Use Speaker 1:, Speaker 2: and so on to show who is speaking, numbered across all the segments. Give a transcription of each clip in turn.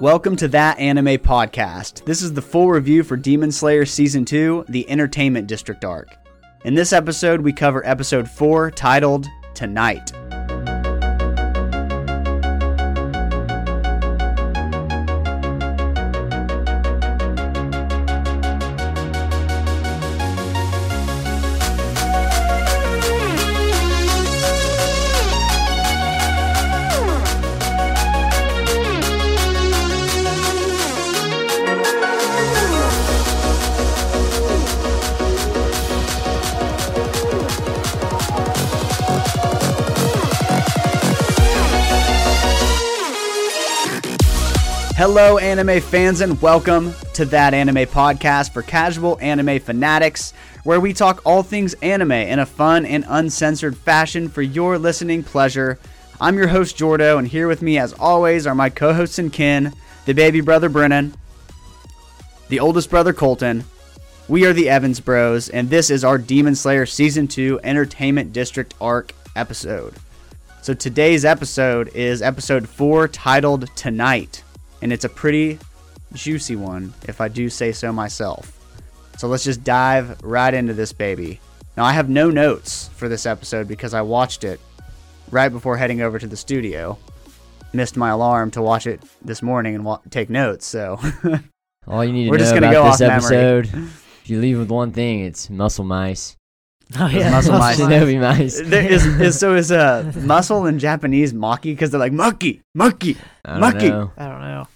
Speaker 1: Welcome to That Anime Podcast. This is the full review for Demon Slayer Season 2, the Entertainment District arc. In this episode, we cover episode 4 titled Tonight. Hello, anime fans, and welcome to That Anime Podcast for casual anime fanatics, where we talk all things anime in a fun and uncensored fashion for your listening pleasure. I'm your host, Jordo, and here with me, as always, are my co hosts and kin, the baby brother Brennan, the oldest brother Colton. We are the Evans Bros, and this is our Demon Slayer Season 2 Entertainment District Arc episode. So today's episode is episode four titled Tonight, and it's a pretty juicy one, if I do say so myself. So let's just dive right into this baby. Now, I have no notes for this episode because I watched it right before heading over to the studio. Missed my alarm to watch it this morning and wa- take notes, so
Speaker 2: All you need to
Speaker 1: We're
Speaker 2: know
Speaker 1: just gonna
Speaker 2: about
Speaker 1: go
Speaker 2: this
Speaker 1: off
Speaker 2: episode, if you leave with one thing, it's muscle mice.
Speaker 3: Oh yeah,
Speaker 1: Muscle mice.
Speaker 2: Shinobi mice.
Speaker 1: there is, is so is uh muscle in Japanese maki because they're like monkey, monkey.
Speaker 2: I don't
Speaker 1: Mucky.
Speaker 2: know.
Speaker 3: I don't know.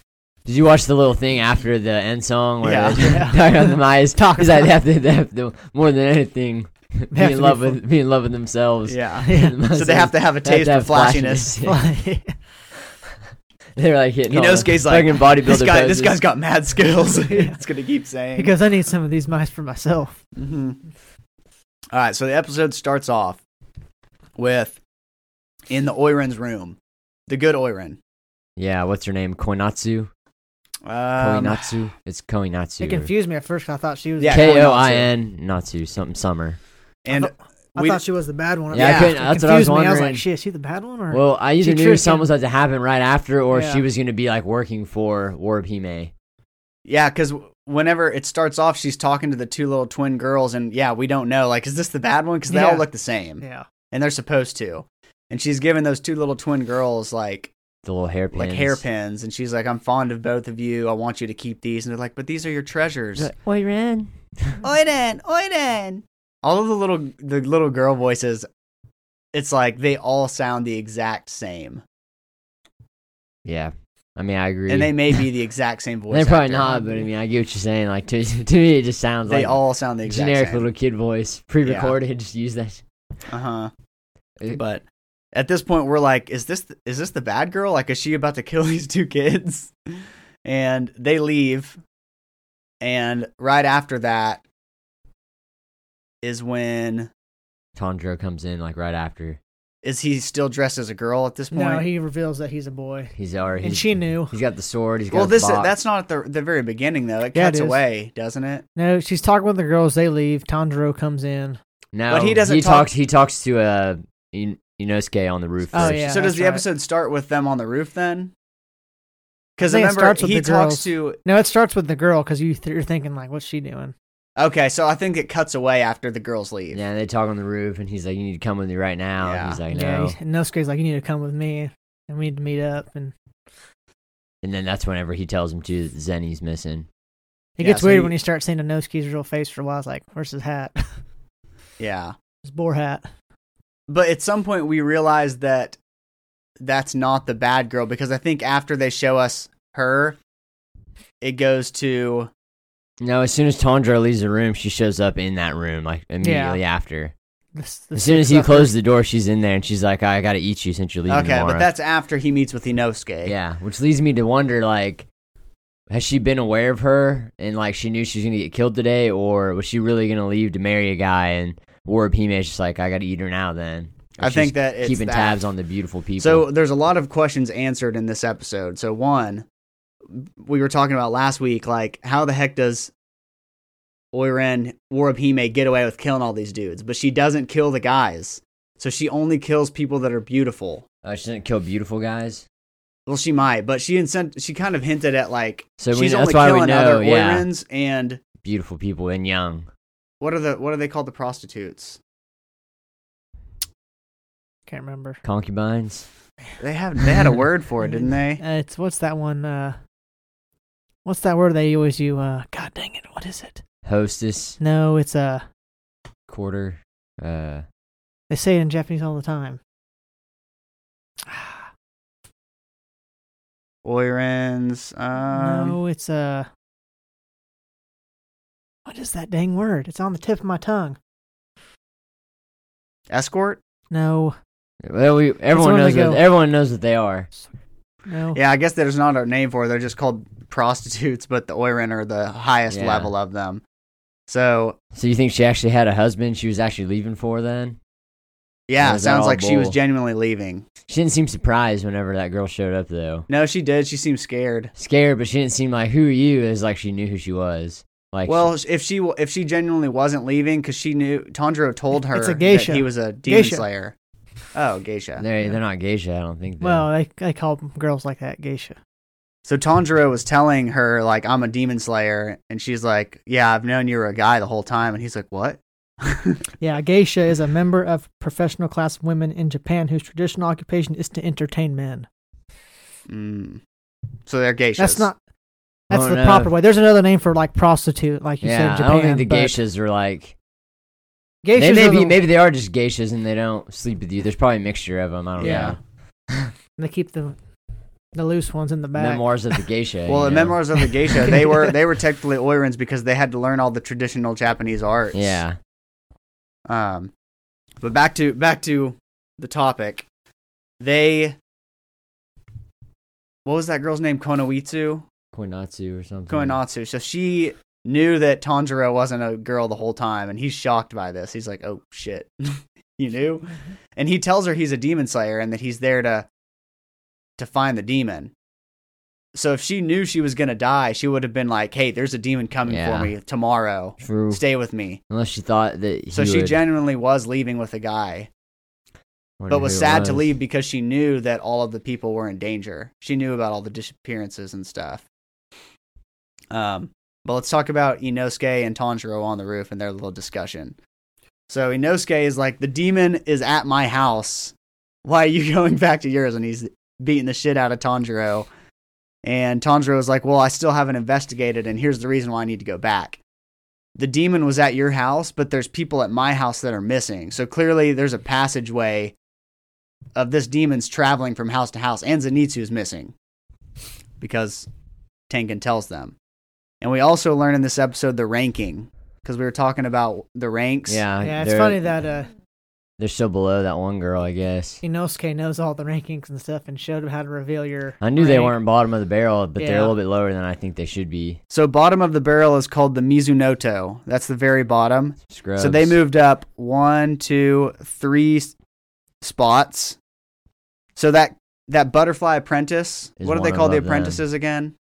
Speaker 2: Did you watch the little thing after the end song where
Speaker 1: Yeah.
Speaker 2: yeah. talking about the mice? Because they have to, they have to more than anything, be
Speaker 3: have
Speaker 2: in
Speaker 3: to
Speaker 2: love
Speaker 3: be
Speaker 2: with be in love with themselves.
Speaker 1: Yeah.
Speaker 3: Yeah.
Speaker 2: The
Speaker 1: So they have to have a
Speaker 2: mice have
Speaker 1: taste of flashiness.
Speaker 2: flashiness. They're like hitting.
Speaker 1: You
Speaker 2: all
Speaker 1: know,
Speaker 2: the
Speaker 1: Skate's like,
Speaker 2: fucking bodybuilder
Speaker 1: This guy, this
Speaker 2: poses.
Speaker 1: guy's got mad skills. it's gonna keep saying.
Speaker 3: he goes, I need some of these mice for myself.
Speaker 1: Mhm. All right, so the episode starts off with in the Oirin's room, the good Oirin.
Speaker 2: Yeah, what's her name? Koinatsu.
Speaker 1: Um,
Speaker 2: Koinatsu. it's Koinatsu.
Speaker 3: It confused me at first 'cause I thought she was.
Speaker 1: Yeah,
Speaker 2: K o i n Natsu. Something summer.
Speaker 1: and
Speaker 3: I, thought, I
Speaker 1: we-
Speaker 3: thought she was the bad one.
Speaker 2: Yeah,
Speaker 1: I
Speaker 3: It
Speaker 2: couldn't- that's what I was
Speaker 3: confused me. I was
Speaker 2: wondering.
Speaker 3: like, shit, is she the bad one or?
Speaker 2: Well, I either
Speaker 3: She
Speaker 2: knew
Speaker 3: tricked
Speaker 2: something
Speaker 3: him.
Speaker 2: was about to happen right after, or
Speaker 3: Yeah.
Speaker 2: she was going to be like working for Warp Hime.
Speaker 1: yeah, because whenever it starts off, she's talking to the two little twin girls, and yeah, we don't know. Like, is this the bad one? Because they all
Speaker 3: Yeah.
Speaker 1: look the same,
Speaker 3: yeah,
Speaker 1: and they're supposed to. And she's giving those two little twin girls like
Speaker 2: The little hairpins.
Speaker 1: like hairpins, and she's like, "I'm fond of both of you. I want you to keep these." And they're like, "But these are your treasures."
Speaker 2: Oi, Ren.
Speaker 1: Oiden, Oiden. All of the little the little girl voices, it's like they all sound the exact same,
Speaker 2: Yeah. I mean, I agree.
Speaker 1: and they may be the exact same voice.
Speaker 2: They're probably
Speaker 1: actor.
Speaker 2: not, but I mean, I get what you're saying. Like, to, to me, it just sounds
Speaker 1: They
Speaker 2: like
Speaker 1: all sound the exact
Speaker 2: generic
Speaker 1: same.
Speaker 2: little kid voice, pre recorded. Just use that.
Speaker 1: uh huh.
Speaker 2: It-
Speaker 1: But at this point, we're like, is this is this the bad girl? Like, is she about to kill these two kids? And they leave, and right after that is when
Speaker 2: Tondro comes in, like, right after.
Speaker 1: is he still dressed as a girl at this point?
Speaker 3: no, he reveals that he's a boy,
Speaker 2: He's already.
Speaker 3: and
Speaker 2: he's-
Speaker 3: she knew.
Speaker 2: He's got the sword. He's got
Speaker 1: Well,
Speaker 2: the
Speaker 1: this
Speaker 2: box.
Speaker 1: that's not at the the very beginning though. It
Speaker 3: Yeah, it
Speaker 1: cuts
Speaker 3: is.
Speaker 1: away, doesn't it?
Speaker 3: No, she's talking with the girls. They leave. Tandro comes in.
Speaker 2: No,
Speaker 1: but he doesn't
Speaker 2: He
Speaker 1: talk-
Speaker 2: talks, he talks to uh, In- Inosuke on the roof.
Speaker 3: Oh,
Speaker 2: first.
Speaker 3: yeah.
Speaker 1: so does
Speaker 3: that's
Speaker 1: the
Speaker 3: right.
Speaker 1: episode start with them on the roof then? Because
Speaker 3: I think it
Speaker 1: remember
Speaker 3: starts with
Speaker 1: he
Speaker 3: the
Speaker 1: talks
Speaker 3: girls.
Speaker 1: to.
Speaker 3: No, it starts with the girl because you th- you're thinking like, what's she doing?
Speaker 1: Okay, so I think it cuts away after the girls leave.
Speaker 2: Yeah, they talk on the roof, and he's like, "You need to come with me right now."
Speaker 1: Yeah.
Speaker 2: And he's like, "No."
Speaker 3: Yeah, he's- and Nosuke's like, you need to come with me, and we need to meet up. And
Speaker 2: And then that's whenever he tells him to that Zenny's missing.
Speaker 3: it
Speaker 1: Yeah,
Speaker 3: gets
Speaker 1: so
Speaker 3: weird
Speaker 1: you-
Speaker 3: when you start seeing Nosuke's real face for a while. It's like, where's his hat?
Speaker 1: Yeah,
Speaker 3: his boar hat.
Speaker 1: but at some point we realize that that's not the bad girl because I think after they show us her, it goes to
Speaker 2: No, as soon as Tondra leaves the room, she shows up in that room like immediately after.
Speaker 3: This,
Speaker 2: As
Speaker 3: this
Speaker 2: soon as
Speaker 3: sick
Speaker 2: he
Speaker 3: sucker.
Speaker 2: closes the door, she's in there and she's like, "I gotta eat you since you're leaving
Speaker 1: okay,
Speaker 2: tomorrow."
Speaker 1: but that's after he meets with Inosuke.
Speaker 2: yeah, which leads me to wonder like, has she been aware of her and like she knew she was gonna get killed today, or was she really gonna leave to marry a guy and Warp Hime is just like, "I gotta eat her now." Then Or
Speaker 1: I think
Speaker 2: she's
Speaker 1: that it's
Speaker 2: keeping
Speaker 1: that.
Speaker 2: tabs on the beautiful people.
Speaker 1: So there's a lot of questions answered in this episode. So one, we were talking about last week, like how the heck does Oiren Warabhime get away with killing all these dudes? But she doesn't kill the guys. So she only kills people that are beautiful.
Speaker 2: uh, she doesn't kill beautiful guys.
Speaker 1: Well, she might, but she incent- she kind of hinted at like
Speaker 2: So we,
Speaker 1: she's
Speaker 2: that's
Speaker 1: only
Speaker 2: why we
Speaker 1: killing
Speaker 2: know,
Speaker 1: other
Speaker 2: yeah,
Speaker 1: Oirins and
Speaker 2: beautiful people and young.
Speaker 1: what are the what are they called the prostitutes?
Speaker 3: Can't remember.
Speaker 2: Concubines.
Speaker 1: They have they had a word for it, didn't they?
Speaker 3: Uh, it's what's that one? Uh, what's that word they always use? Uh, God dang it, what is it?
Speaker 2: hostess,
Speaker 3: No, it's uh,
Speaker 2: quarter, uh,
Speaker 3: they say it in Japanese all the time.
Speaker 1: Oirins. Um,
Speaker 3: no, it's uh, what is that dang word? It's on the tip of my tongue.
Speaker 1: Escort.
Speaker 3: No,
Speaker 2: well, we everyone
Speaker 3: where
Speaker 2: knows
Speaker 3: they
Speaker 2: what,
Speaker 3: go.
Speaker 2: everyone knows what they are.
Speaker 3: no.
Speaker 1: Yeah, I guess there's not a name for it. They're just called prostitutes, but the Oirin are the highest
Speaker 2: Yeah.
Speaker 1: level of them. So
Speaker 2: So you think she actually had a husband she was actually leaving for then?
Speaker 1: yeah,
Speaker 2: Or
Speaker 1: it
Speaker 2: is that
Speaker 1: sounds
Speaker 2: all
Speaker 1: like she was
Speaker 2: bull?
Speaker 1: genuinely leaving.
Speaker 2: She didn't seem surprised whenever that girl showed up though.
Speaker 1: No, she did. She seemed scared.
Speaker 2: Scared, but she didn't seem like who are you? It was like she knew who she was. Like
Speaker 1: Well, if she if she genuinely wasn't leaving because she knew Tondro told her
Speaker 3: It's a geisha.
Speaker 1: that he was a demon
Speaker 3: Geisha.
Speaker 1: slayer. Oh,
Speaker 2: she-
Speaker 1: geisha.
Speaker 2: they they're not geisha. I don't think. Though.
Speaker 3: Well, they they call girls like that geisha.
Speaker 1: So Tanjiro was telling her like I'm a demon slayer, and she's like, "Yeah, I've known you were a guy the whole time." And he's like, "What?"
Speaker 3: Yeah, a geisha is a member of professional class of women in Japan whose traditional occupation is to entertain men.
Speaker 1: Mm. So they're geishas.
Speaker 3: That's not. That's
Speaker 2: Oh,
Speaker 3: the
Speaker 2: no.
Speaker 3: proper way. There's another name for like prostitute, like you said
Speaker 2: yeah,
Speaker 3: in Japan.
Speaker 2: I don't think the
Speaker 3: but
Speaker 2: geishas are like.
Speaker 3: Geishas
Speaker 2: they
Speaker 3: are
Speaker 2: maybe
Speaker 3: the-
Speaker 2: maybe they are just geishas and they don't sleep with you. There's probably a mixture of them. I don't
Speaker 3: Yeah.
Speaker 2: know.
Speaker 3: They keep the the loose ones in the back.
Speaker 2: Memoirs of the geisha.
Speaker 1: Well,
Speaker 2: you
Speaker 1: the
Speaker 2: know?
Speaker 1: memoirs of the geisha, they were they were technically oirins because they had to learn all the traditional Japanese arts.
Speaker 2: Yeah.
Speaker 1: Um, but back to back to the topic. They. What was that girl's name? Konowitsu.
Speaker 2: Koinatsu or something.
Speaker 1: Koinatsu. So she knew that Tanjiro wasn't a girl the whole time, and he's shocked by this. He's like, "Oh shit, you knew?"
Speaker 2: Mm-hmm.
Speaker 1: And he tells her he's a demon slayer and that he's there to to find the demon. So if she knew she was gonna die, she would have been like, "Hey, there's a demon coming
Speaker 2: Yeah.
Speaker 1: for me tomorrow.
Speaker 2: True.
Speaker 1: Stay with me."
Speaker 2: Unless she thought that.
Speaker 1: So
Speaker 2: he
Speaker 1: she
Speaker 2: would-
Speaker 1: genuinely was leaving with a guy,
Speaker 2: wonder
Speaker 1: but
Speaker 2: who
Speaker 1: was
Speaker 2: it
Speaker 1: sad to
Speaker 2: was.
Speaker 1: leave because she knew that all of the people were in danger. She knew about all the disappearances and stuff. Um, but let's talk about Inosuke and Tanjiro on the roof and their little discussion. So Inosuke is like, "The demon is at my house. Why are you going back to yours?" And he's beating the shit out of Tanjiro. And Tanjiro is like, "Well, I still haven't investigated, and here's the reason why I need to go back. The demon was at your house, but there's people at my house that are missing. So clearly, there's a passageway of this demon's traveling from house to house, and Zenitsu is missing because Tengen tells them. And we also learn in this episode the ranking because we were talking about the ranks.
Speaker 2: Yeah.
Speaker 3: yeah, it's
Speaker 2: they're-
Speaker 3: funny that uh,
Speaker 2: They're still below that one girl, I guess.
Speaker 3: Inosuke knows all the rankings and stuff and showed him how to reveal your.
Speaker 2: I knew they
Speaker 3: rank.
Speaker 2: weren't bottom of the barrel, but they're
Speaker 3: Yeah.
Speaker 2: a little bit lower than I think they should be.
Speaker 1: So bottom of the barrel is called the Mizunoto. That's the very bottom.
Speaker 2: Scrubs.
Speaker 1: So they moved up one, two, three s- spots. So that that butterfly apprentice,
Speaker 2: Is
Speaker 1: what do they
Speaker 2: one
Speaker 1: call the
Speaker 2: above them.
Speaker 1: apprentices again?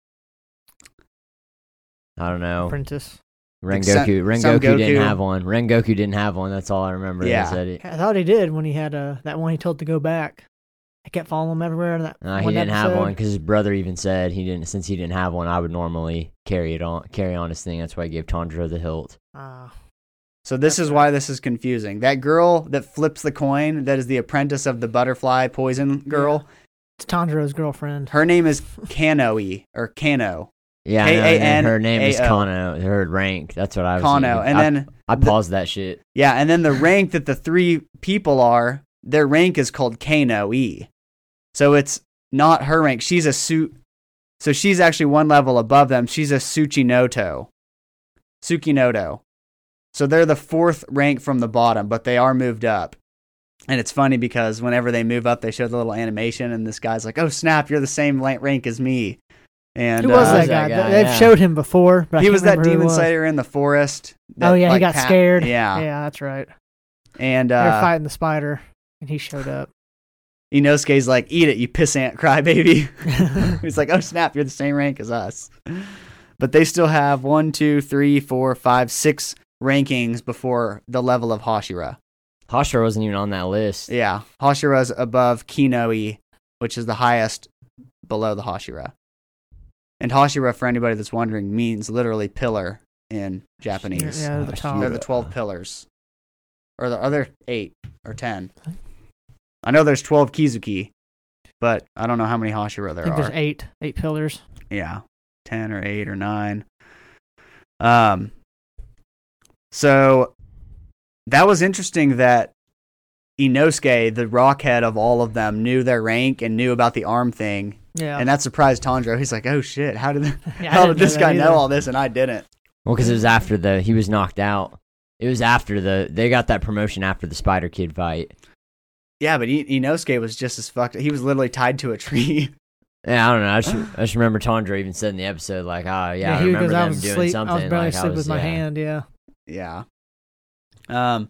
Speaker 2: I don't know.
Speaker 3: apprentice.
Speaker 1: Like some-
Speaker 2: Rengoku.
Speaker 1: some
Speaker 2: Rengoku
Speaker 1: Goku.
Speaker 2: didn't have one. Rengoku didn't have one. That's all I remember.
Speaker 1: Yeah.
Speaker 2: Yeah. Said it.
Speaker 3: I thought he did when he had uh, that one he told to go back. I kept following him everywhere. That
Speaker 2: No, Uh, he
Speaker 3: one
Speaker 2: didn't have
Speaker 3: episode.
Speaker 2: one because his brother even said he didn't. Since he didn't have one, I would normally carry it on, carry on his thing. That's why I gave Tondra the hilt.
Speaker 3: Ah,
Speaker 1: So this
Speaker 3: That's
Speaker 1: is why this is confusing. That girl that flips the coin, that is the apprentice of the butterfly poison girl.
Speaker 3: it's Tanjiro's girlfriend.
Speaker 1: Her name is Kanoe or Kano.
Speaker 2: Yeah, I know, and then her name is
Speaker 1: K-A-N-A-O.
Speaker 2: Kano. Her rank. That's what I was.
Speaker 1: Kano.
Speaker 2: thinking.
Speaker 1: And
Speaker 2: I,
Speaker 1: then
Speaker 2: I
Speaker 1: the-
Speaker 2: paused that shit.
Speaker 1: yeah, and then the rank that the three people are, their rank is called Kanoe. E. So it's not her rank. She's a suit so she's actually one level above them. She's a Tsuchinoto. Tsukinoto. So they're the fourth rank from the bottom, but they are moved up. And it's funny because whenever they move up, they show the little animation, and this guy's like, "Oh snap, you're the same la- rank as me." And
Speaker 3: who was
Speaker 2: uh,
Speaker 3: that
Speaker 2: was
Speaker 3: guy?
Speaker 2: that guy,
Speaker 3: They've
Speaker 2: yeah.
Speaker 3: showed him before. But I
Speaker 1: he
Speaker 3: can't
Speaker 1: was that
Speaker 3: remember who he
Speaker 1: demon
Speaker 3: was.
Speaker 1: slayer in the forest. that,
Speaker 3: Oh yeah,
Speaker 1: like,
Speaker 3: he got
Speaker 1: pa-
Speaker 3: scared.
Speaker 1: Yeah,
Speaker 3: yeah, that's right.
Speaker 1: and
Speaker 3: They were
Speaker 1: uh,
Speaker 3: fighting the spider, and he showed up.
Speaker 1: Inosuke's like, "Eat it, you pissant crybaby." He's like, "Oh snap, you're the same rank as us." But they still have one, two, three, four, five, six rankings before the level of Hashira.
Speaker 2: Hashira wasn't even on that list.
Speaker 1: Yeah, Hashira's above Kinoe, which is the highest below the Hashira. And Hashira, for anybody that's wondering, means literally pillar in Japanese.
Speaker 3: Yeah, they're the
Speaker 2: Hashira.
Speaker 3: top.
Speaker 1: They're the 12 pillars. Or the other 8 or 10. I know there's 12 Kizuki, but I don't know how many Hashira
Speaker 3: I
Speaker 1: there
Speaker 3: think
Speaker 1: are.
Speaker 3: there's eight, eight pillars.
Speaker 1: Yeah. 10 or 8 or 9. Um so that was interesting that Inosuke, the rockhead of all of them, knew their rank and knew about the arm thing.
Speaker 3: Yeah.
Speaker 1: And that surprised Tondro. He's like, "Oh shit, how did
Speaker 3: Yeah, I
Speaker 1: how
Speaker 3: didn't
Speaker 1: did this
Speaker 3: that
Speaker 1: guy
Speaker 3: either.
Speaker 1: know all this and I didn't?"
Speaker 2: Well, because it was after the he was knocked out. It was after the they got that promotion after the Spider Kid fight.
Speaker 1: Yeah, but I- Inosuke was just as fucked. He was literally tied to a tree.
Speaker 2: Yeah, I don't know. I just, I just remember Tondra even said in the episode like, "Ah, yeah, I
Speaker 3: he
Speaker 2: remember
Speaker 3: goes,
Speaker 2: them
Speaker 3: I was
Speaker 2: doing
Speaker 3: asleep.
Speaker 2: something."
Speaker 3: I was barely
Speaker 2: like,
Speaker 3: asleep with my
Speaker 2: yeah.
Speaker 3: hand. Yeah.
Speaker 1: Yeah. Um,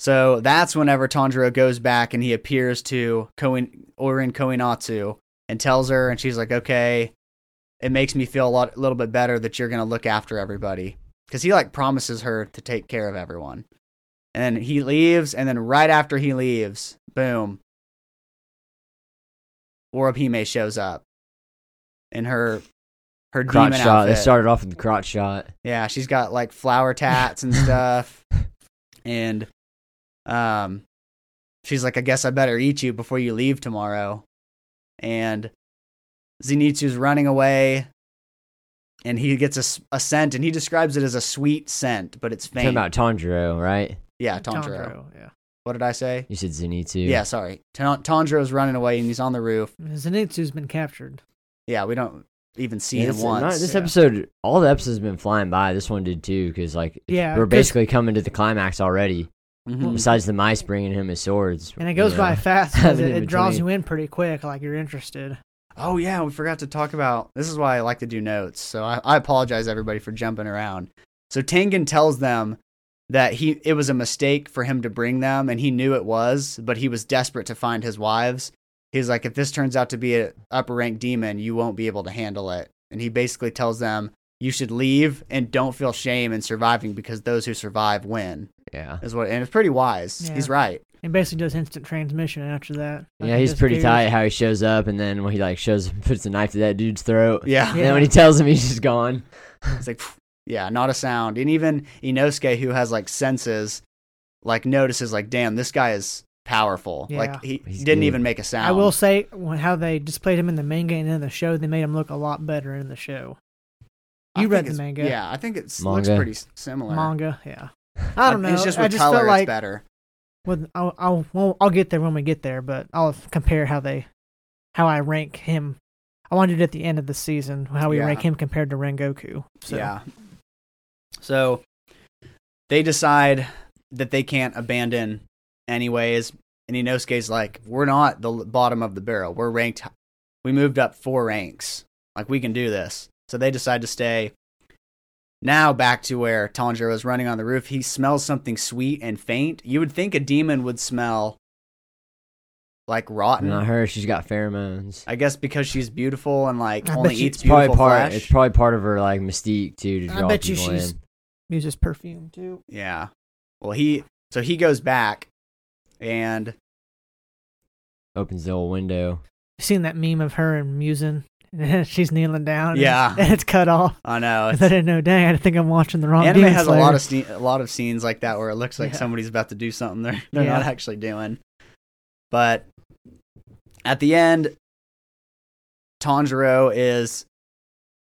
Speaker 1: so that's whenever Tanjiro goes back and he appears to Koin Orin Koinatsu and tells her, and she's like, "Okay, it makes me feel a lot, little bit better that you're gonna look after everybody," because he like promises her to take care of everyone. And then he leaves, and then right after he leaves, boom, Orihime shows up in her her
Speaker 2: Crotch
Speaker 1: demon
Speaker 2: shot.
Speaker 1: outfit.
Speaker 2: They started off with the crotch shot.
Speaker 1: Yeah, she's got like flower tats and stuff. and um she's like, I guess I better eat you before you leave tomorrow. And Zenitsu's running away and he gets a s- a, scent and he describes it as a sweet scent, but it's
Speaker 2: You're Talking
Speaker 1: faint.
Speaker 2: about Tondro, right?
Speaker 1: yeah, Tanjiro.
Speaker 3: Yeah.
Speaker 1: What did I say?
Speaker 2: You said Zenitsu.
Speaker 1: Yeah, sorry. Tan- Tanjiro's running away and he's on the roof.
Speaker 3: Zenitsu's been captured.
Speaker 1: Yeah, we don't even see
Speaker 2: Yeah,
Speaker 1: him
Speaker 2: this,
Speaker 1: once.
Speaker 2: not- this
Speaker 1: Yeah.
Speaker 2: episode, all the episodes have been flying by. This one did too, because like
Speaker 3: Yeah,
Speaker 2: we're
Speaker 3: 'cause-
Speaker 2: basically coming to the climax already.
Speaker 1: Mhm.
Speaker 2: Besides the mice bringing him his swords,
Speaker 3: And it goes
Speaker 2: you know.
Speaker 3: by fast because
Speaker 2: Haven't
Speaker 3: it,
Speaker 2: in
Speaker 3: it draws
Speaker 2: between.
Speaker 3: you in pretty quick, like you're interested.
Speaker 1: Oh yeah, we forgot to talk about. This is why I like to do notes. So I, I apologize everybody for jumping around. So Tengen tells them that he it was a mistake for him to bring them, and he knew it was, but he was desperate to find his wives. He's like, if this turns out to be an upper rank demon, you won't be able to handle it. And he basically tells them you should leave and don't feel shame in surviving because those who survive win.
Speaker 2: Yeah,
Speaker 1: Is what, and it's pretty wise.
Speaker 3: Yeah.
Speaker 1: He's right.
Speaker 3: It basically does instant transmission after that. Like,
Speaker 2: yeah,
Speaker 3: it
Speaker 2: he's
Speaker 3: just
Speaker 2: pretty
Speaker 3: appears.
Speaker 2: tight how he shows up, and then when he like shows, puts a knife to that dude's throat.
Speaker 1: Yeah.
Speaker 2: And then when he tells him he's just gone,
Speaker 1: It's like, phew, yeah, not a sound. And even Inosuke, who has like senses, like notices, like, damn, this guy is powerful. Like he
Speaker 2: He's
Speaker 1: didn't
Speaker 2: good.
Speaker 1: even make a sound.
Speaker 3: I will say when- how they displayed him in the manga and in the show, they made him look a lot better in the show.
Speaker 1: I
Speaker 3: you
Speaker 1: think
Speaker 3: read the
Speaker 1: it's-
Speaker 3: manga.
Speaker 1: Yeah, I think it looks
Speaker 2: Manga.
Speaker 1: pretty s- similar.
Speaker 3: Manga, yeah. I don't know.
Speaker 1: It's just with
Speaker 3: I just
Speaker 1: color,
Speaker 3: felt
Speaker 1: it's
Speaker 3: like
Speaker 1: better.
Speaker 3: with, I'll, I'll well, I'll get there when we get there, but I'll compare how they how I rank him. I wanted it at the end of the season how we
Speaker 1: Yeah.
Speaker 3: rank him compared to Rengoku. So
Speaker 1: Yeah. So they decide that they can't abandon anyways. And Inosuke's like, we're not the l- bottom of the barrel. We're ranked. h- We moved up four ranks. Like, we can do this. So they decide to stay. Now back to where Tanjiro is running on the roof. He smells something sweet and faint. You would think a demon would smell like rotten.
Speaker 2: not her. She's got pheromones.
Speaker 1: I guess because she's beautiful and like
Speaker 3: I
Speaker 1: only
Speaker 3: bet she-
Speaker 1: eats
Speaker 2: It's probably
Speaker 1: beautiful
Speaker 2: part.
Speaker 1: flesh.
Speaker 2: It's probably part of her like mystique too to
Speaker 3: I
Speaker 2: draw
Speaker 3: bet you
Speaker 2: people
Speaker 3: she's-
Speaker 2: in.
Speaker 3: uses perfume too.
Speaker 1: Yeah. Well, he so he goes back, and
Speaker 2: Opens the old window.
Speaker 3: You seen that meme of her and Musin? She's kneeling down. and-
Speaker 1: Yeah.
Speaker 3: and it's cut off.
Speaker 1: I know
Speaker 3: I
Speaker 1: it's,
Speaker 3: didn't know. Dang, I think I'm watching the wrong.
Speaker 1: anime
Speaker 3: Demon
Speaker 1: has a
Speaker 3: Slayer.
Speaker 1: lot of scene, a lot of scenes like that where it looks like
Speaker 3: Yeah.
Speaker 1: somebody's about to do something they're they're not
Speaker 3: Yeah.
Speaker 1: actually doing. But at the end, Tanjiro is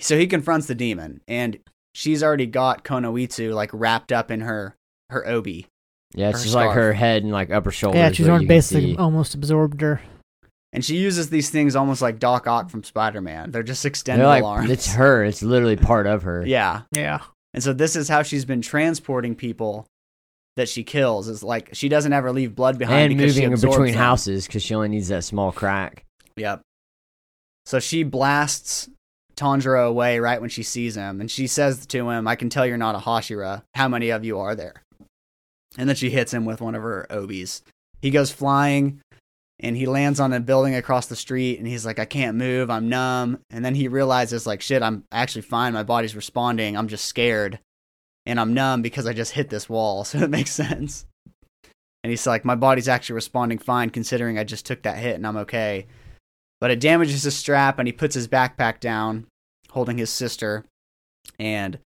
Speaker 1: so he confronts the demon, and she's already got Konoitsu like wrapped up in her her obi.
Speaker 2: Yeah, it's
Speaker 1: Her
Speaker 2: just like her
Speaker 1: scarf.
Speaker 2: head and like upper shoulder.
Speaker 3: Yeah,
Speaker 2: is
Speaker 3: she's
Speaker 2: what
Speaker 3: already
Speaker 2: you can
Speaker 3: basically
Speaker 2: see.
Speaker 3: almost absorbed her.
Speaker 1: And she uses these things almost like Doc Ock from Spider Man. They're just extended
Speaker 2: They're like,
Speaker 1: arms.
Speaker 2: it's her. It's literally part of her.
Speaker 1: Yeah.
Speaker 3: Yeah,
Speaker 1: And so this is how she's been transporting people that she kills. It's like she doesn't ever leave blood behind
Speaker 2: and
Speaker 1: because she
Speaker 2: moving
Speaker 1: absorbs
Speaker 2: between
Speaker 1: them.
Speaker 2: houses because she only needs that small crack.
Speaker 1: Yep. So she blasts Tanjiro away right when she sees him, and she says to him, "I can tell you're not a Hashira. How many of you are there?" And then she hits him with one of her obis. He goes flying, and he lands on a building across the street, and he's like, "I can't move. I'm numb." And then he realizes, like, "Shit, I'm actually fine. My body's responding. I'm just scared, and I'm numb because I just hit this wall." So it makes sense. And he's like, "My body's actually responding fine, considering I just took that hit, and I'm okay." But it damages his strap, and he puts his backpack down, holding his sister. And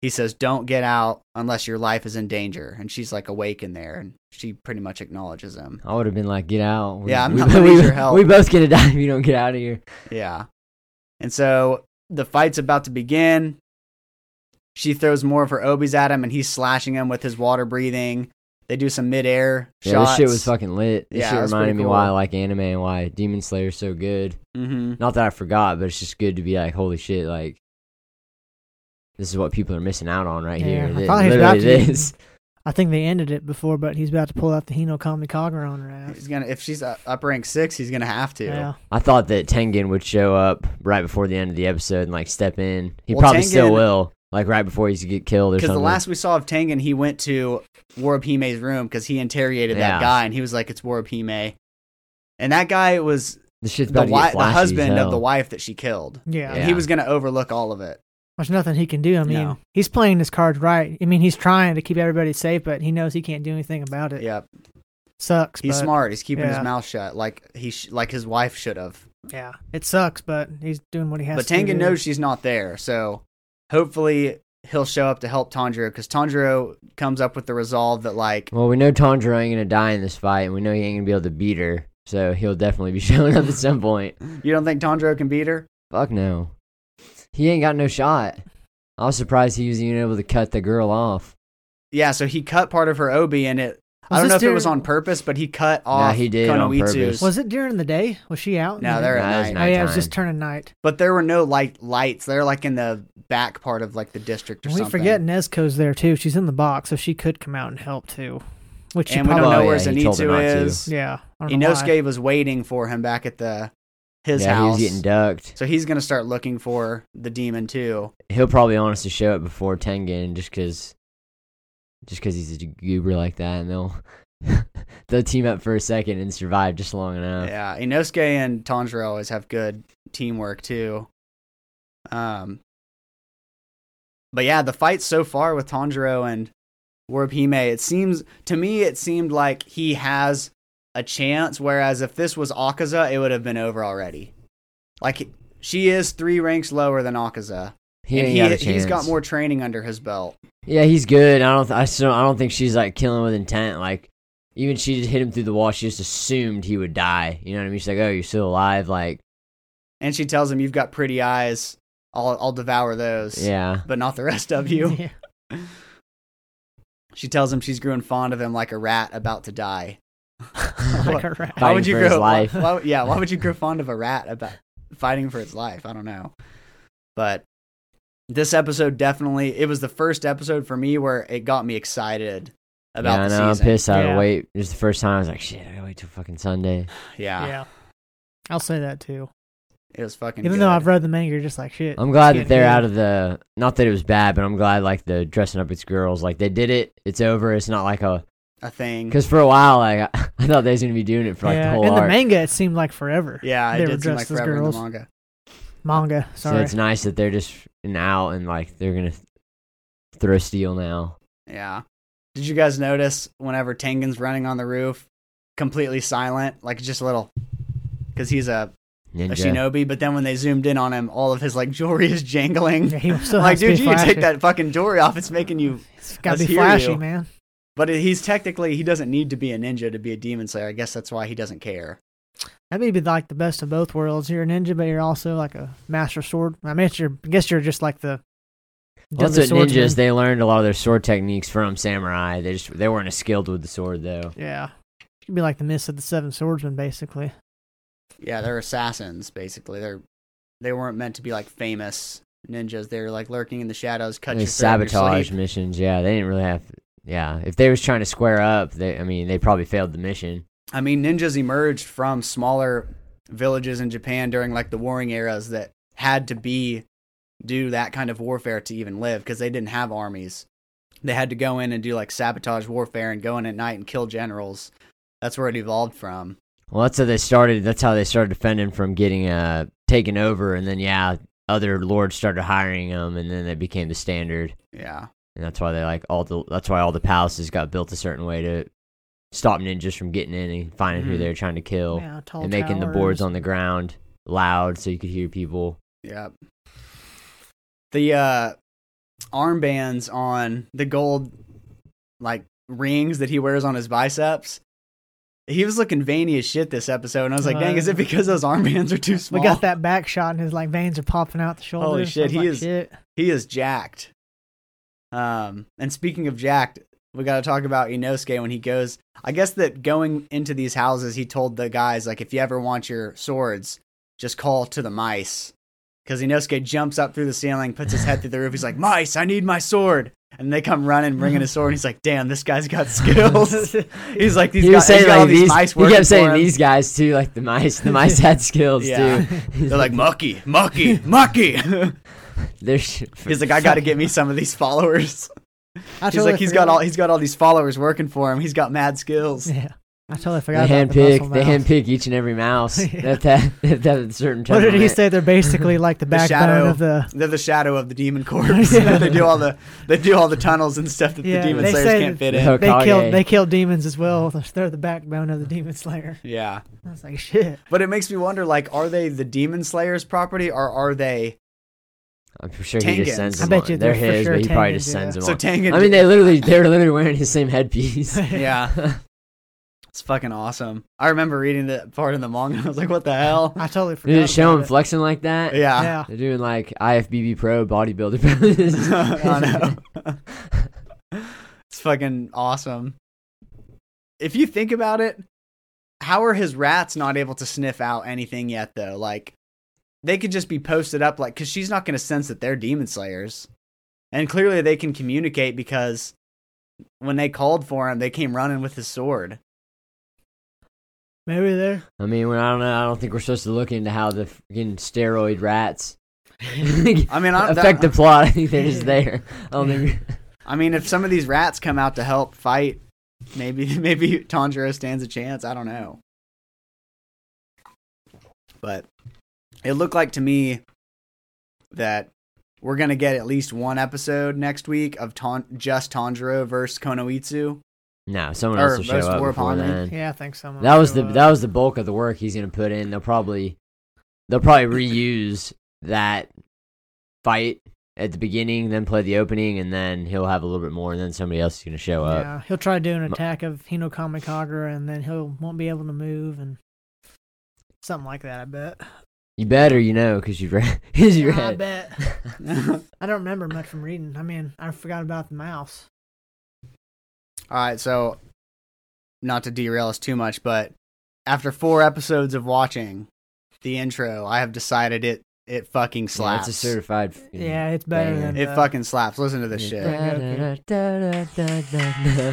Speaker 1: he says, Don't get out unless your life is in danger. And she's like awake in there, and she pretty much acknowledges him.
Speaker 2: I would have been like, get out. We,
Speaker 1: Yeah, I'm
Speaker 2: we,
Speaker 1: not gonna
Speaker 2: we-
Speaker 1: need your help.
Speaker 2: We both gonna die if you don't get out of here.
Speaker 1: Yeah. And so the fight's about to begin. She throws more of her obis at him, and he's slashing him with his water breathing. They do some midair
Speaker 2: Yeah,
Speaker 1: shots.
Speaker 2: this shit was fucking lit. This
Speaker 1: Yeah,
Speaker 2: shit
Speaker 1: it was
Speaker 2: reminded
Speaker 1: pretty
Speaker 2: me why I
Speaker 1: cool.
Speaker 2: like anime and why Demon Slayer's so good.
Speaker 1: hmm
Speaker 2: Not that I forgot, but it's just good to be like, holy shit, like this is what people are missing out on right
Speaker 3: Yeah,
Speaker 2: here.
Speaker 3: I
Speaker 2: Thi-
Speaker 3: thought he was
Speaker 2: literally
Speaker 3: about to-
Speaker 2: this.
Speaker 3: I think they ended it before, but he's about to pull out the Hino Kami Kagura on her ass.
Speaker 1: He's gonna if she's up, up rank six, he's gonna have to.
Speaker 3: Yeah.
Speaker 2: I thought that Tengen would show up right before the end of the episode and like step in. He
Speaker 1: Well,
Speaker 2: probably
Speaker 1: Tengen-
Speaker 2: still will. Like right before he's get killed or
Speaker 1: Because
Speaker 2: something.
Speaker 1: the last we saw of Tengen, he went to Warabhime's room because he interrogated
Speaker 2: Yeah.
Speaker 1: that guy, and he was like, "It's Warabhime," and that guy was
Speaker 2: this shit's
Speaker 1: the
Speaker 2: about to
Speaker 1: wi-
Speaker 2: get
Speaker 1: the
Speaker 2: flashy as
Speaker 1: husband of
Speaker 2: hell.
Speaker 1: the wife that she killed.
Speaker 3: Yeah.
Speaker 1: And he was gonna overlook all of it.
Speaker 3: There's nothing he can do. I mean,
Speaker 1: No.
Speaker 3: he's playing his cards right. I mean, he's trying to keep everybody safe, but he knows he can't do anything about it.
Speaker 1: Yep,
Speaker 3: Sucks.
Speaker 1: he's
Speaker 3: but-
Speaker 1: smart. He's keeping
Speaker 3: yeah.
Speaker 1: his mouth shut, like he sh- like his wife should have.
Speaker 3: Yeah. It sucks, but he's doing what he has
Speaker 1: But
Speaker 3: to do.
Speaker 1: Tengen knows she's not there, so hopefully he'll show up to help Tanjiro because Tanjiro comes up with the resolve that like
Speaker 2: Well, we know Tanjiro ain't gonna die in this fight, and we know he ain't gonna be able to beat her, so he'll definitely be showing up at some point.
Speaker 1: you don't think Tanjiro can beat her.
Speaker 2: Fuck no, he ain't got no shot. I was surprised he was even able to cut the girl off.
Speaker 1: Yeah, so he cut part of her obi, and it. I
Speaker 3: Was
Speaker 1: don't know
Speaker 3: this
Speaker 1: if it was
Speaker 3: during-
Speaker 1: on purpose, but he cut off.
Speaker 2: he did on
Speaker 1: Konoichi's-
Speaker 2: purpose.
Speaker 3: Was it during the day? Was she out?
Speaker 1: No, they're
Speaker 2: Nah,
Speaker 1: at
Speaker 2: it's
Speaker 1: night.
Speaker 2: not.
Speaker 3: Oh, yeah, it was
Speaker 2: nighttime.
Speaker 3: just turning night.
Speaker 1: But there were no light lights. They're like in the back part of like the district or
Speaker 3: We
Speaker 1: something.
Speaker 3: forget Nezuko's there too. She's in the box, so she could come out and help too. Which she
Speaker 1: and we
Speaker 3: probably
Speaker 1: don't know
Speaker 2: Oh,
Speaker 1: where
Speaker 2: yeah, he told her not
Speaker 1: Zenitsu
Speaker 2: to.
Speaker 1: is.
Speaker 3: Yeah. I don't know why.
Speaker 1: Inosuke was waiting for him back at the his
Speaker 2: yeah,
Speaker 1: house.
Speaker 2: he was getting ducked.
Speaker 1: so he's gonna start looking for the demon too.
Speaker 2: He'll probably honestly show up before Tengen, just cause, just cause he's a goober like that, and they'll they'll team up for a second and survive just long enough.
Speaker 1: yeah, Inosuke and Tanjiro always have good teamwork too. Um, but yeah, the fight so far with Tanjiro and Warpime, it seems to me it seemed like he has a chance. Whereas if this was Akaza, it would have been over already. Like she is three ranks lower than Akaza,
Speaker 2: He
Speaker 1: and
Speaker 2: ain't got a chance.
Speaker 1: he's got more training under his belt.
Speaker 2: Yeah, he's good. I don't. Th- I still. I don't think she's like killing with intent. Like, even she just hit him through the wall. She just assumed he would die. You know what I mean? She's like, "Oh, you're still alive." Like,
Speaker 1: And she tells him, "You've got pretty eyes. I'll I'll devour those,
Speaker 2: yeah.
Speaker 1: but not the rest of you."
Speaker 3: Yeah.
Speaker 1: She tells him she's grown fond of him like a rat about to die.
Speaker 3: Like a rat.
Speaker 1: Why would
Speaker 2: Fighting
Speaker 1: you
Speaker 2: for his
Speaker 1: grow? why-
Speaker 2: life.
Speaker 1: why- yeah, why would you grow fond of a rat about fighting for its life? I don't know, but this episode definitely it was the first episode for me where it got me excited about
Speaker 2: yeah, I
Speaker 1: the
Speaker 2: know. I'm
Speaker 1: season.
Speaker 2: pissed. I had to
Speaker 3: Yeah.
Speaker 2: wait. It was the first time I was like, "Shit, I gotta wait till fucking Sunday."
Speaker 1: Yeah,
Speaker 3: yeah. I'll say that too.
Speaker 1: it was fucking.
Speaker 3: Even
Speaker 1: good.
Speaker 3: though I've read the manga, you're just like shit.
Speaker 2: I'm glad
Speaker 3: it's
Speaker 2: that they're
Speaker 3: getting
Speaker 2: out
Speaker 3: good.
Speaker 2: of the. Not that it was bad, but I'm glad like the dressing up as girls. Like they did it. It's over. It's not like a.
Speaker 1: a thing.
Speaker 2: Because for a while, like I, I thought they was gonna be doing it for like
Speaker 3: yeah.
Speaker 2: the whole
Speaker 3: in the
Speaker 2: arc.
Speaker 3: manga, it seemed like forever.
Speaker 1: Yeah,
Speaker 3: they
Speaker 1: it
Speaker 3: were
Speaker 1: did seem like
Speaker 3: dressed as
Speaker 1: forever in the
Speaker 3: girls.
Speaker 1: manga.
Speaker 3: Manga.
Speaker 2: So
Speaker 3: Sorry.
Speaker 2: it's nice that they're just an out and like they're gonna th- throw steel now.
Speaker 1: Yeah. Did you guys notice whenever Tengen's running on the roof, completely silent, like just a little, because he's a a
Speaker 2: Ninja.
Speaker 1: shinobi, but then when they zoomed in on him, all of his like jewelry is jangling.
Speaker 3: yeah, he still
Speaker 1: like,
Speaker 3: has to be
Speaker 1: dude, you need to take
Speaker 3: flashy.
Speaker 1: that fucking jewelry off. It's making you.
Speaker 3: It's gotta
Speaker 1: Let's
Speaker 3: be
Speaker 1: hear
Speaker 3: flashy,
Speaker 1: you.
Speaker 3: man.
Speaker 1: But he's technically he doesn't need to be a ninja to be a demon slayer. I guess that's why he doesn't care.
Speaker 3: That may be like the best of both worlds. You're a ninja, but you're also like a master sword. I mean, it's your, I guess you're just like the.
Speaker 2: Well, that's
Speaker 3: the
Speaker 2: what ninjas.
Speaker 3: swordsman.
Speaker 2: They learned a lot of their sword techniques from samurai. They just they weren't as skilled with the sword though.
Speaker 3: Yeah, you could be like the miss of the seven swordsmen, basically.
Speaker 1: Yeah, they're assassins basically. They're they weren't meant to be like famous ninjas. They were like lurking in the shadows, cut
Speaker 2: They
Speaker 1: your throat in your
Speaker 2: sabotage
Speaker 1: sleep.
Speaker 2: missions. Yeah, they didn't really have. Yeah, if they was trying to square up, they I mean they probably failed the mission.
Speaker 1: I mean, ninjas emerged from smaller villages in Japan during like the warring eras that had to be do that kind of warfare to even live because they didn't have armies. They had to go in and do like sabotage warfare and go in at night and kill generals. That's where it evolved from.
Speaker 2: Well, that's how they started. That's how they started defending from getting uh taken over, and then yeah, other lords started hiring them, and then they became the standard.
Speaker 1: Yeah.
Speaker 2: and that's why they like all the that's why all the palaces got built a certain way to stop ninjas from getting in and finding who
Speaker 1: Mhm.
Speaker 2: they're trying to kill
Speaker 3: Yeah, tall
Speaker 2: and making the boards
Speaker 3: towers.
Speaker 2: on the ground loud so you could hear people.
Speaker 1: Yeah. The uh armbands on the gold like rings that he wears on his biceps. He was looking veiny as shit this episode, and I was like, "Dang, is it because those armbands are too small?"
Speaker 3: We got that back shot, and his like veins are popping out the shoulder.
Speaker 1: Holy shit, he
Speaker 3: like,
Speaker 1: is-
Speaker 3: Shit.
Speaker 1: He is jacked. Um, and speaking of jacked, we got to talk about Inosuke when he goes. I guess that going into these houses, he told the guys like, if you ever want your swords, just call to the mice. Because Inosuke jumps up through the ceiling, puts his head through the roof. He's like, mice, I need my sword. And they come running, bringing his sword. And he's like, damn, this guy's got skills. he's like, these
Speaker 2: he
Speaker 1: guys,
Speaker 2: was
Speaker 1: he's
Speaker 2: saying
Speaker 1: got all
Speaker 2: like
Speaker 1: these,
Speaker 2: these.
Speaker 1: mice
Speaker 2: he
Speaker 1: working
Speaker 2: kept saying
Speaker 1: for him.
Speaker 2: these guys too, like the mice. The mice had skills
Speaker 1: Yeah.
Speaker 2: too.
Speaker 1: They're like, mucky, mucky, mucky.
Speaker 2: There's
Speaker 1: he's like, I got to get me some of these followers.
Speaker 3: I
Speaker 1: He's
Speaker 3: totally
Speaker 1: like he's got
Speaker 3: forgot-
Speaker 1: all he's got all these followers working for him. He's got mad skills.
Speaker 3: Yeah, I totally
Speaker 2: they
Speaker 3: forgot. about the
Speaker 2: handpick.
Speaker 3: muscle
Speaker 2: They
Speaker 3: mouse.
Speaker 2: handpick each and every mouse.
Speaker 3: Yeah.
Speaker 2: That that that a certain.
Speaker 3: What did he
Speaker 2: temperament.
Speaker 3: say? They're basically like the
Speaker 1: shadow.
Speaker 3: backbone of the.
Speaker 1: They're the shadow of the demon corpse.
Speaker 3: Yeah.
Speaker 1: they do all the they do all the tunnels and stuff that
Speaker 3: Yeah,
Speaker 1: the demon
Speaker 3: they
Speaker 1: slayers
Speaker 3: say
Speaker 1: can't fit in.
Speaker 2: that-
Speaker 3: They
Speaker 2: Hokage.
Speaker 3: killed. They killed demons as well. They're the backbone of the demon slayer.
Speaker 1: Yeah,
Speaker 3: I was like, shit.
Speaker 1: but it makes me wonder: like, are they the demon slayers' property, or are they?
Speaker 2: I'm sure he
Speaker 1: Tangans.
Speaker 2: just sends
Speaker 1: I
Speaker 2: them.
Speaker 3: bet
Speaker 2: on.
Speaker 3: you
Speaker 2: they're
Speaker 3: they're for
Speaker 2: his,
Speaker 3: sure
Speaker 2: but he probably just
Speaker 3: Tangans,
Speaker 2: sends
Speaker 3: yeah.
Speaker 2: them.
Speaker 1: So
Speaker 2: on.
Speaker 1: Tangan.
Speaker 2: I mean, they literally they're literally wearing his same headpiece.
Speaker 1: yeah, it's fucking awesome. I remember reading that part in the manga. I was like, what the hell?
Speaker 3: I totally forgot.
Speaker 2: They just show
Speaker 3: about
Speaker 2: him
Speaker 3: it.
Speaker 2: flexing like that.
Speaker 1: Yeah,
Speaker 3: Yeah.
Speaker 2: They're doing like IFBB Pro bodybuilder poses.
Speaker 1: I know. it's fucking awesome. If you think about it, how are his rats not able to sniff out anything yet, though? Like, they could just be posted up, like, because she's not going to sense that they're demon slayers. And clearly they can communicate because when they called for him, they came running with his sword.
Speaker 3: Maybe they're.
Speaker 2: I mean, well, I don't know. I don't think we're supposed to look into how the freaking steroid rats affect
Speaker 1: I mean, I, that-
Speaker 2: the plot. I think they're just there. I don't think.
Speaker 1: I mean, if some of these rats come out to help fight, maybe maybe Tanjiro stands a chance. I don't know. But it looked like to me that we're gonna get at least one episode next week of Tan- just Tanjiro versus Konoitsu.
Speaker 2: No, someone
Speaker 1: Or
Speaker 2: else will show
Speaker 1: most
Speaker 2: up
Speaker 1: war
Speaker 2: before
Speaker 1: bonding.
Speaker 2: then.
Speaker 3: Yeah, I think so.
Speaker 2: That was the that was the bulk of the work he's gonna put in. They'll probably they'll probably reuse that fight at the beginning, then play the opening, and then he'll have a little bit more, and then somebody else is gonna show up.
Speaker 3: Yeah, he'll try to do an attack of Hino Kamikagura, and then he'll won't be able to move and something like that. I bet.
Speaker 2: You better, you know, because you read. Cause you
Speaker 3: I
Speaker 2: read.
Speaker 3: bet. I don't remember much from reading. I mean, I forgot about the mouse.
Speaker 1: All right, so not to derail us too much, but after four episodes of watching the intro, I have decided it it fucking
Speaker 2: Yeah, it's
Speaker 1: slaps.
Speaker 2: a certified. uh, fucking-
Speaker 3: Yeah, it's better
Speaker 2: Damn.
Speaker 3: than uh,
Speaker 1: it
Speaker 3: the-
Speaker 1: fucking slaps. Listen to this shit.
Speaker 3: Yeah.
Speaker 2: Da-da-da-da-da-da-da.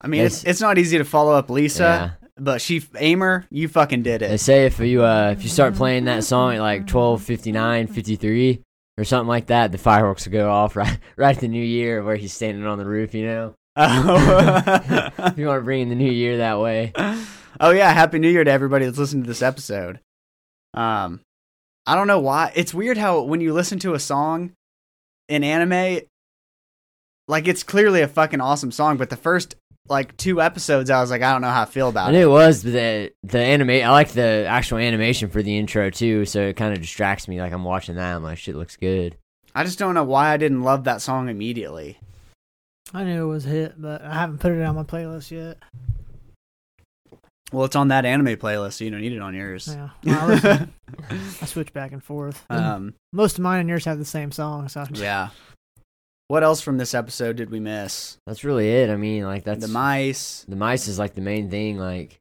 Speaker 1: I mean, it's, it's not easy to follow up Lisa, but she Aimer, you fucking did
Speaker 2: They
Speaker 1: it.
Speaker 2: say if you uh, if you start playing that song at like 12, 53 or something like that, the fireworks will go off right right at the new year where he's standing on the roof. You know,
Speaker 1: Oh.
Speaker 2: if you want to bring in the new year that way.
Speaker 1: oh yeah, happy New Year to everybody that's listening to this episode. Um, I don't know why it's weird how when you listen to a song in anime, like it's clearly a fucking awesome song, but the first like two episodes, I was like, I don't know how I feel
Speaker 2: I
Speaker 1: about
Speaker 2: knew
Speaker 1: it.
Speaker 2: it was but the the anime. I like the actual animation for the intro too, so it kind of distracts me. Like I'm watching that, I'm like, shit looks good.
Speaker 1: I just don't know why I didn't love that song immediately.
Speaker 3: I knew it was a hit, but I haven't put it on my playlist yet.
Speaker 1: Well, it's on that anime playlist, so you don't need it on yours.
Speaker 3: Yeah, well, I, listen, I switch back and forth.
Speaker 1: um,
Speaker 3: Most of mine and yours have the same song, so
Speaker 1: yeah. What else from this episode did we miss?
Speaker 2: That's really it. I mean, like that's
Speaker 1: the mice.
Speaker 2: the mice is like the main thing. Like,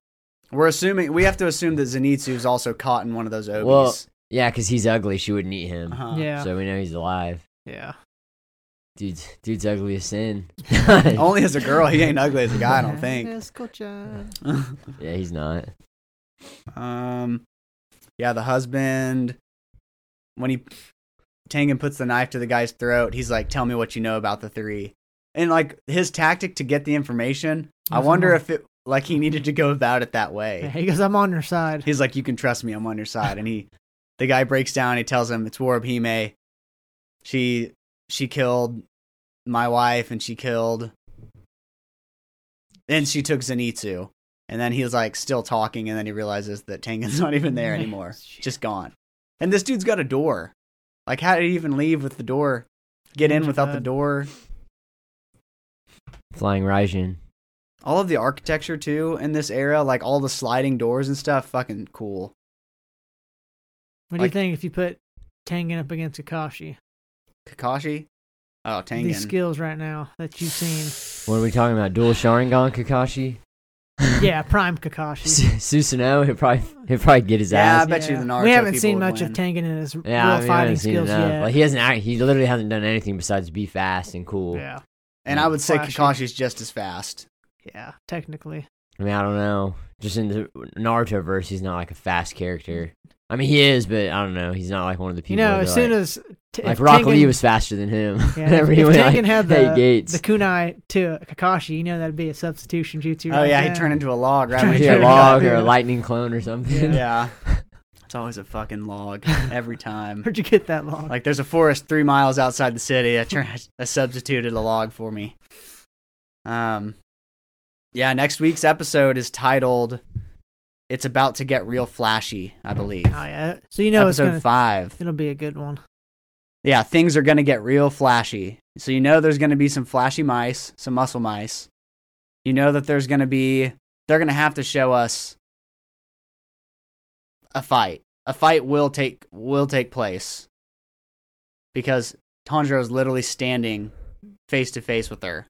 Speaker 1: We're assuming we have to assume that Zenitsu is also caught in one of those
Speaker 2: Well,
Speaker 1: obis.
Speaker 2: yeah, because he's ugly, she wouldn't eat him.
Speaker 1: Uh-huh.
Speaker 3: yeah,
Speaker 2: So we know he's alive.
Speaker 3: yeah.
Speaker 2: Dude's dude's ugly as sin.
Speaker 1: Oh. Only as a girl, he ain't ugly as a guy. I don't
Speaker 3: Yes,
Speaker 1: think.
Speaker 3: Kocha.
Speaker 2: yeah, he's not.
Speaker 1: Um, yeah, the husband when he Tangen puts the knife to the guy's throat, he's like, "Tell me what you know about the three. And like his tactic to get the information, I
Speaker 3: Yes,
Speaker 2: Uh-huh.
Speaker 1: wonder
Speaker 3: I'm
Speaker 1: if it like he needed to go about it that
Speaker 3: Yeah,
Speaker 1: way.
Speaker 3: he goes, I'm on your side.
Speaker 1: He's like, "You can trust me. I'm on your side." And he, the guy breaks down. He tells him it's Warab Hime. She she killed my wife, and she killed. Then she took Zenitsu, and then he's like still talking, and then he realizes that Tangen's not even there
Speaker 3: Nice.
Speaker 1: anymore. Just gone. And this dude's got a door. Like, how did he even leave with the door? Get in
Speaker 3: Ninja
Speaker 1: without the
Speaker 3: pad.
Speaker 1: door.
Speaker 2: Flying Raijin.
Speaker 1: All of the architecture too in this era, like all the sliding doors and stuff, fucking cool.
Speaker 3: What do
Speaker 1: Like-
Speaker 3: you think if you put Tangen up against Kakashi?
Speaker 1: Kakashi, oh Tangen.
Speaker 3: These skills right now that you've seen.
Speaker 2: What are we talking about? Dual Sharingan Kakashi?
Speaker 3: Yeah, prime Kakashi.
Speaker 2: Su- Susanoo, he'll probably he'll probably get his
Speaker 1: Yeah, I
Speaker 2: ass.
Speaker 1: bet you the Naruto
Speaker 3: We haven't seen
Speaker 1: people would
Speaker 3: much of
Speaker 1: win.
Speaker 3: Tangen in his real
Speaker 2: Yeah, I mean, I
Speaker 3: fighting
Speaker 2: haven't seen
Speaker 3: skills
Speaker 2: enough.
Speaker 3: yet.
Speaker 2: Like he hasn't. act- He literally hasn't done anything besides be fast and cool.
Speaker 3: yeah,
Speaker 1: And I would say
Speaker 3: Flashy.
Speaker 1: Kakashi's just as fast.
Speaker 3: yeah, technically.
Speaker 2: I mean, I don't know. Just in the Naruto verse, he's not like a fast character. I mean, he is, but I don't know. He's not like one of the people.
Speaker 3: Mm. You know,
Speaker 2: that
Speaker 3: as
Speaker 2: are
Speaker 3: soon
Speaker 2: like,
Speaker 3: as t-
Speaker 2: like
Speaker 3: if
Speaker 2: Rock
Speaker 3: Tengen-
Speaker 2: Lee was faster than him.
Speaker 3: Yeah,
Speaker 2: Whenever
Speaker 3: if
Speaker 2: he went,
Speaker 3: Tengen
Speaker 2: like,
Speaker 3: had
Speaker 2: hey
Speaker 3: the-
Speaker 2: Gates,
Speaker 3: the kunai to Kakashi, you know that'd be a substitution jutsu.
Speaker 1: Oh
Speaker 3: right
Speaker 1: yeah,
Speaker 3: there.
Speaker 1: he turned into a log right
Speaker 3: Turned
Speaker 1: when
Speaker 2: Or
Speaker 1: he
Speaker 3: into
Speaker 2: a
Speaker 1: turned
Speaker 3: Yeah.
Speaker 2: log
Speaker 1: up.
Speaker 2: or a lightning clone or something.
Speaker 1: Yeah, it's always a fucking log every time.
Speaker 3: Where'd you get that long?
Speaker 1: Like there's a forest three miles outside the city. I, turn, I substituted a log for me. Um, yeah. Next week's episode is titled "It's About to Get Real Flashy," I believe.
Speaker 3: oh yeah, so you know
Speaker 1: episode
Speaker 3: it's gonna
Speaker 1: five.
Speaker 3: it'll be a good one.
Speaker 1: yeah, things are going to get real flashy. So you know there's going to be some flashy mice, some muscle mice. You know that there's going to be they're going to have to show us a fight. A fight will take will take place because Tanjiro is literally standing face to face with her.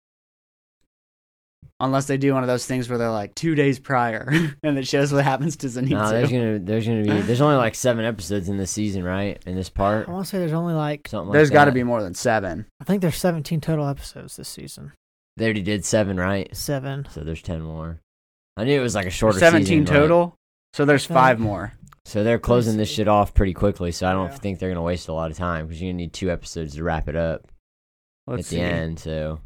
Speaker 1: Unless they do one of those things where they're like two days prior, and it shows what happens to Zenitsu.
Speaker 2: No, there's gonna there's gonna be there's only like seven episodes in this season, right? In this part,
Speaker 3: I want to say there's only like
Speaker 2: something. Like
Speaker 1: there's got to
Speaker 2: that.
Speaker 1: be more than seven.
Speaker 3: I think there's 17 total episodes this season.
Speaker 2: They already did seven, right?
Speaker 3: Seven.
Speaker 2: So there's ten more. I knew it was like a shorter
Speaker 1: Seventeen
Speaker 2: season, like-
Speaker 1: total. so there's
Speaker 3: Okay.
Speaker 1: five more.
Speaker 2: so they're closing this
Speaker 3: see.
Speaker 2: shit off pretty quickly. So I don't
Speaker 3: Yeah.
Speaker 2: think they're gonna waste a lot of time because you're gonna need two episodes to wrap it up
Speaker 1: Let's
Speaker 2: at the end. So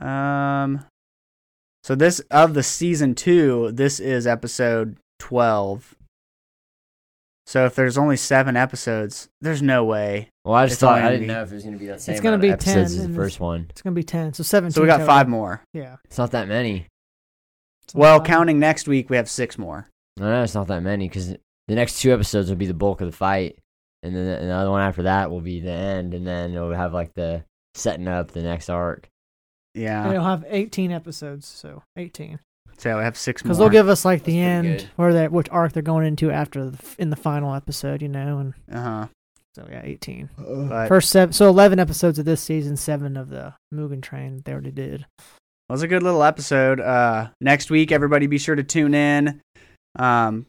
Speaker 1: Um, so this of the season two, this is episode twelve. So if there's only seven episodes, there's no way.
Speaker 2: well, I just
Speaker 1: It's
Speaker 2: thought
Speaker 1: only
Speaker 2: I
Speaker 1: gonna
Speaker 2: didn't
Speaker 1: be-
Speaker 2: know if it was gonna be that same. amount
Speaker 3: gonna
Speaker 2: of
Speaker 3: be 10
Speaker 2: episodes as
Speaker 3: in
Speaker 2: the
Speaker 3: this-
Speaker 2: first one.
Speaker 3: It's gonna be 10, so 17.
Speaker 1: So we got
Speaker 3: total.
Speaker 1: five more.
Speaker 3: Yeah.
Speaker 2: It's not that many.
Speaker 3: it's only
Speaker 1: Well,
Speaker 3: five.
Speaker 1: counting next week, we have six more.
Speaker 2: No, no, it's not that many because the next two episodes will be the bulk of the fight, and then the, and the other one after that will be the end, and then it'll have like the setting up the next arc.
Speaker 1: Yeah.
Speaker 3: And It'll have 18 episodes, so 18.
Speaker 1: So we have six more.
Speaker 3: Because they'll give us like the
Speaker 2: That's pretty
Speaker 3: end
Speaker 2: good.
Speaker 3: where that which arc they're going into after the, in the final episode, you know, and
Speaker 1: uh huh.
Speaker 3: so yeah, 18.
Speaker 1: But
Speaker 3: First seven, so 11 episodes of this season, seven of the Mugen Train they already did.
Speaker 1: Well, it's a good little episode. Uh, next week, everybody be sure to tune in. Um,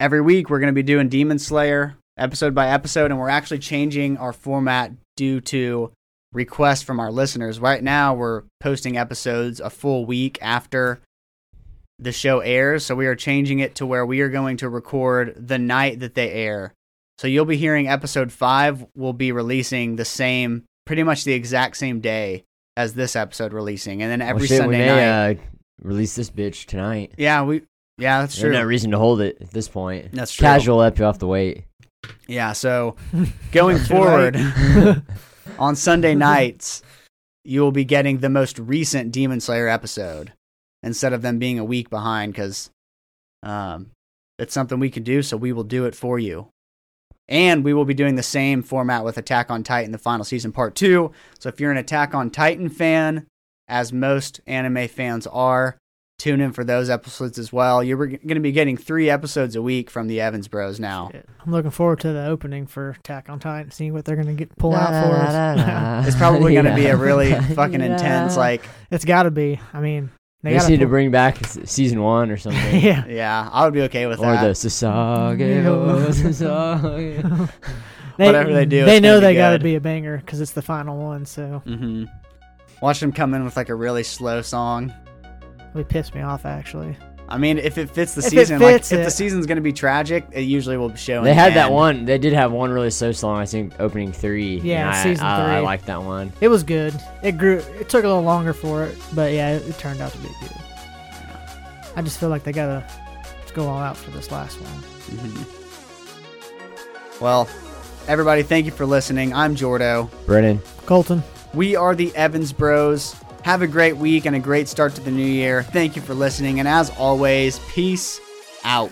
Speaker 1: every week, we're going to be doing Demon Slayer episode by episode, and we're actually changing our format due to requests from our listeners. Right now, we're posting episodes a full week after the show airs, so we are changing it to where we are going to record the night that they air. So you'll be hearing episode five. We'll be releasing the same, pretty much the exact same day as this episode releasing, and then
Speaker 2: Well,
Speaker 1: every
Speaker 2: Oh, shit,
Speaker 1: Sunday
Speaker 2: we may,
Speaker 1: night.
Speaker 2: Uh, release this bitch tonight.
Speaker 1: yeah, we. Yeah, that's true.
Speaker 2: There's no reason to hold it at this point.
Speaker 1: that's true.
Speaker 2: Casual up, you have to wait.
Speaker 1: Yeah, so going
Speaker 3: Too late.
Speaker 1: forward on Sunday nights, you will be getting the most recent Demon Slayer episode instead of them being a week behind because um, it's something we can do, so we will do it for you. And we will be doing the same format with Attack on Titan, the final season, part two. So if you're an Attack on Titan fan, as most anime fans are, tune in for those episodes as well. You're going to be getting three episodes a week from the Evans Bros now.
Speaker 3: Shit. I'm looking forward to the opening for Attack on Titan, seeing what they're gonna get pull out for us.
Speaker 1: It's probably going to be a really fucking intense, like,
Speaker 3: It's got to be. I mean,
Speaker 2: They,
Speaker 3: they got
Speaker 2: just need to bring back s- season one or something.
Speaker 3: yeah.
Speaker 1: yeah, I would be okay with
Speaker 2: Or
Speaker 1: that.
Speaker 2: the Sasage, oh, Sasage.
Speaker 1: Whatever they do,
Speaker 3: they
Speaker 1: it's
Speaker 3: know
Speaker 1: gonna be
Speaker 3: they got to
Speaker 1: good.
Speaker 3: be a banger because it's the final one. So
Speaker 1: Mm-hmm. Watch them come in with like a really slow song.
Speaker 3: it pissed me off actually.
Speaker 1: I mean, if it fits the
Speaker 3: If it
Speaker 1: season,
Speaker 3: fits
Speaker 1: like if
Speaker 3: it.
Speaker 1: the season's gonna be tragic, it usually will show. in
Speaker 2: They
Speaker 1: the
Speaker 2: had that
Speaker 1: end.
Speaker 2: one. They did have one really so long. I think opening three.
Speaker 3: Yeah,
Speaker 2: and I,
Speaker 3: season
Speaker 2: I, I
Speaker 3: three.
Speaker 2: like that one.
Speaker 3: It was good. It grew. It took a little longer for it, but yeah, it, it turned out to be good. I just feel like they gotta go all out for this last one.
Speaker 1: Well, everybody, thank you for listening. I'm Jordo.
Speaker 2: Brennan.
Speaker 3: Colton,
Speaker 1: We are the Evans Bros. Have a great week and a great start to the new year. Thank you for listening, and as always, peace out.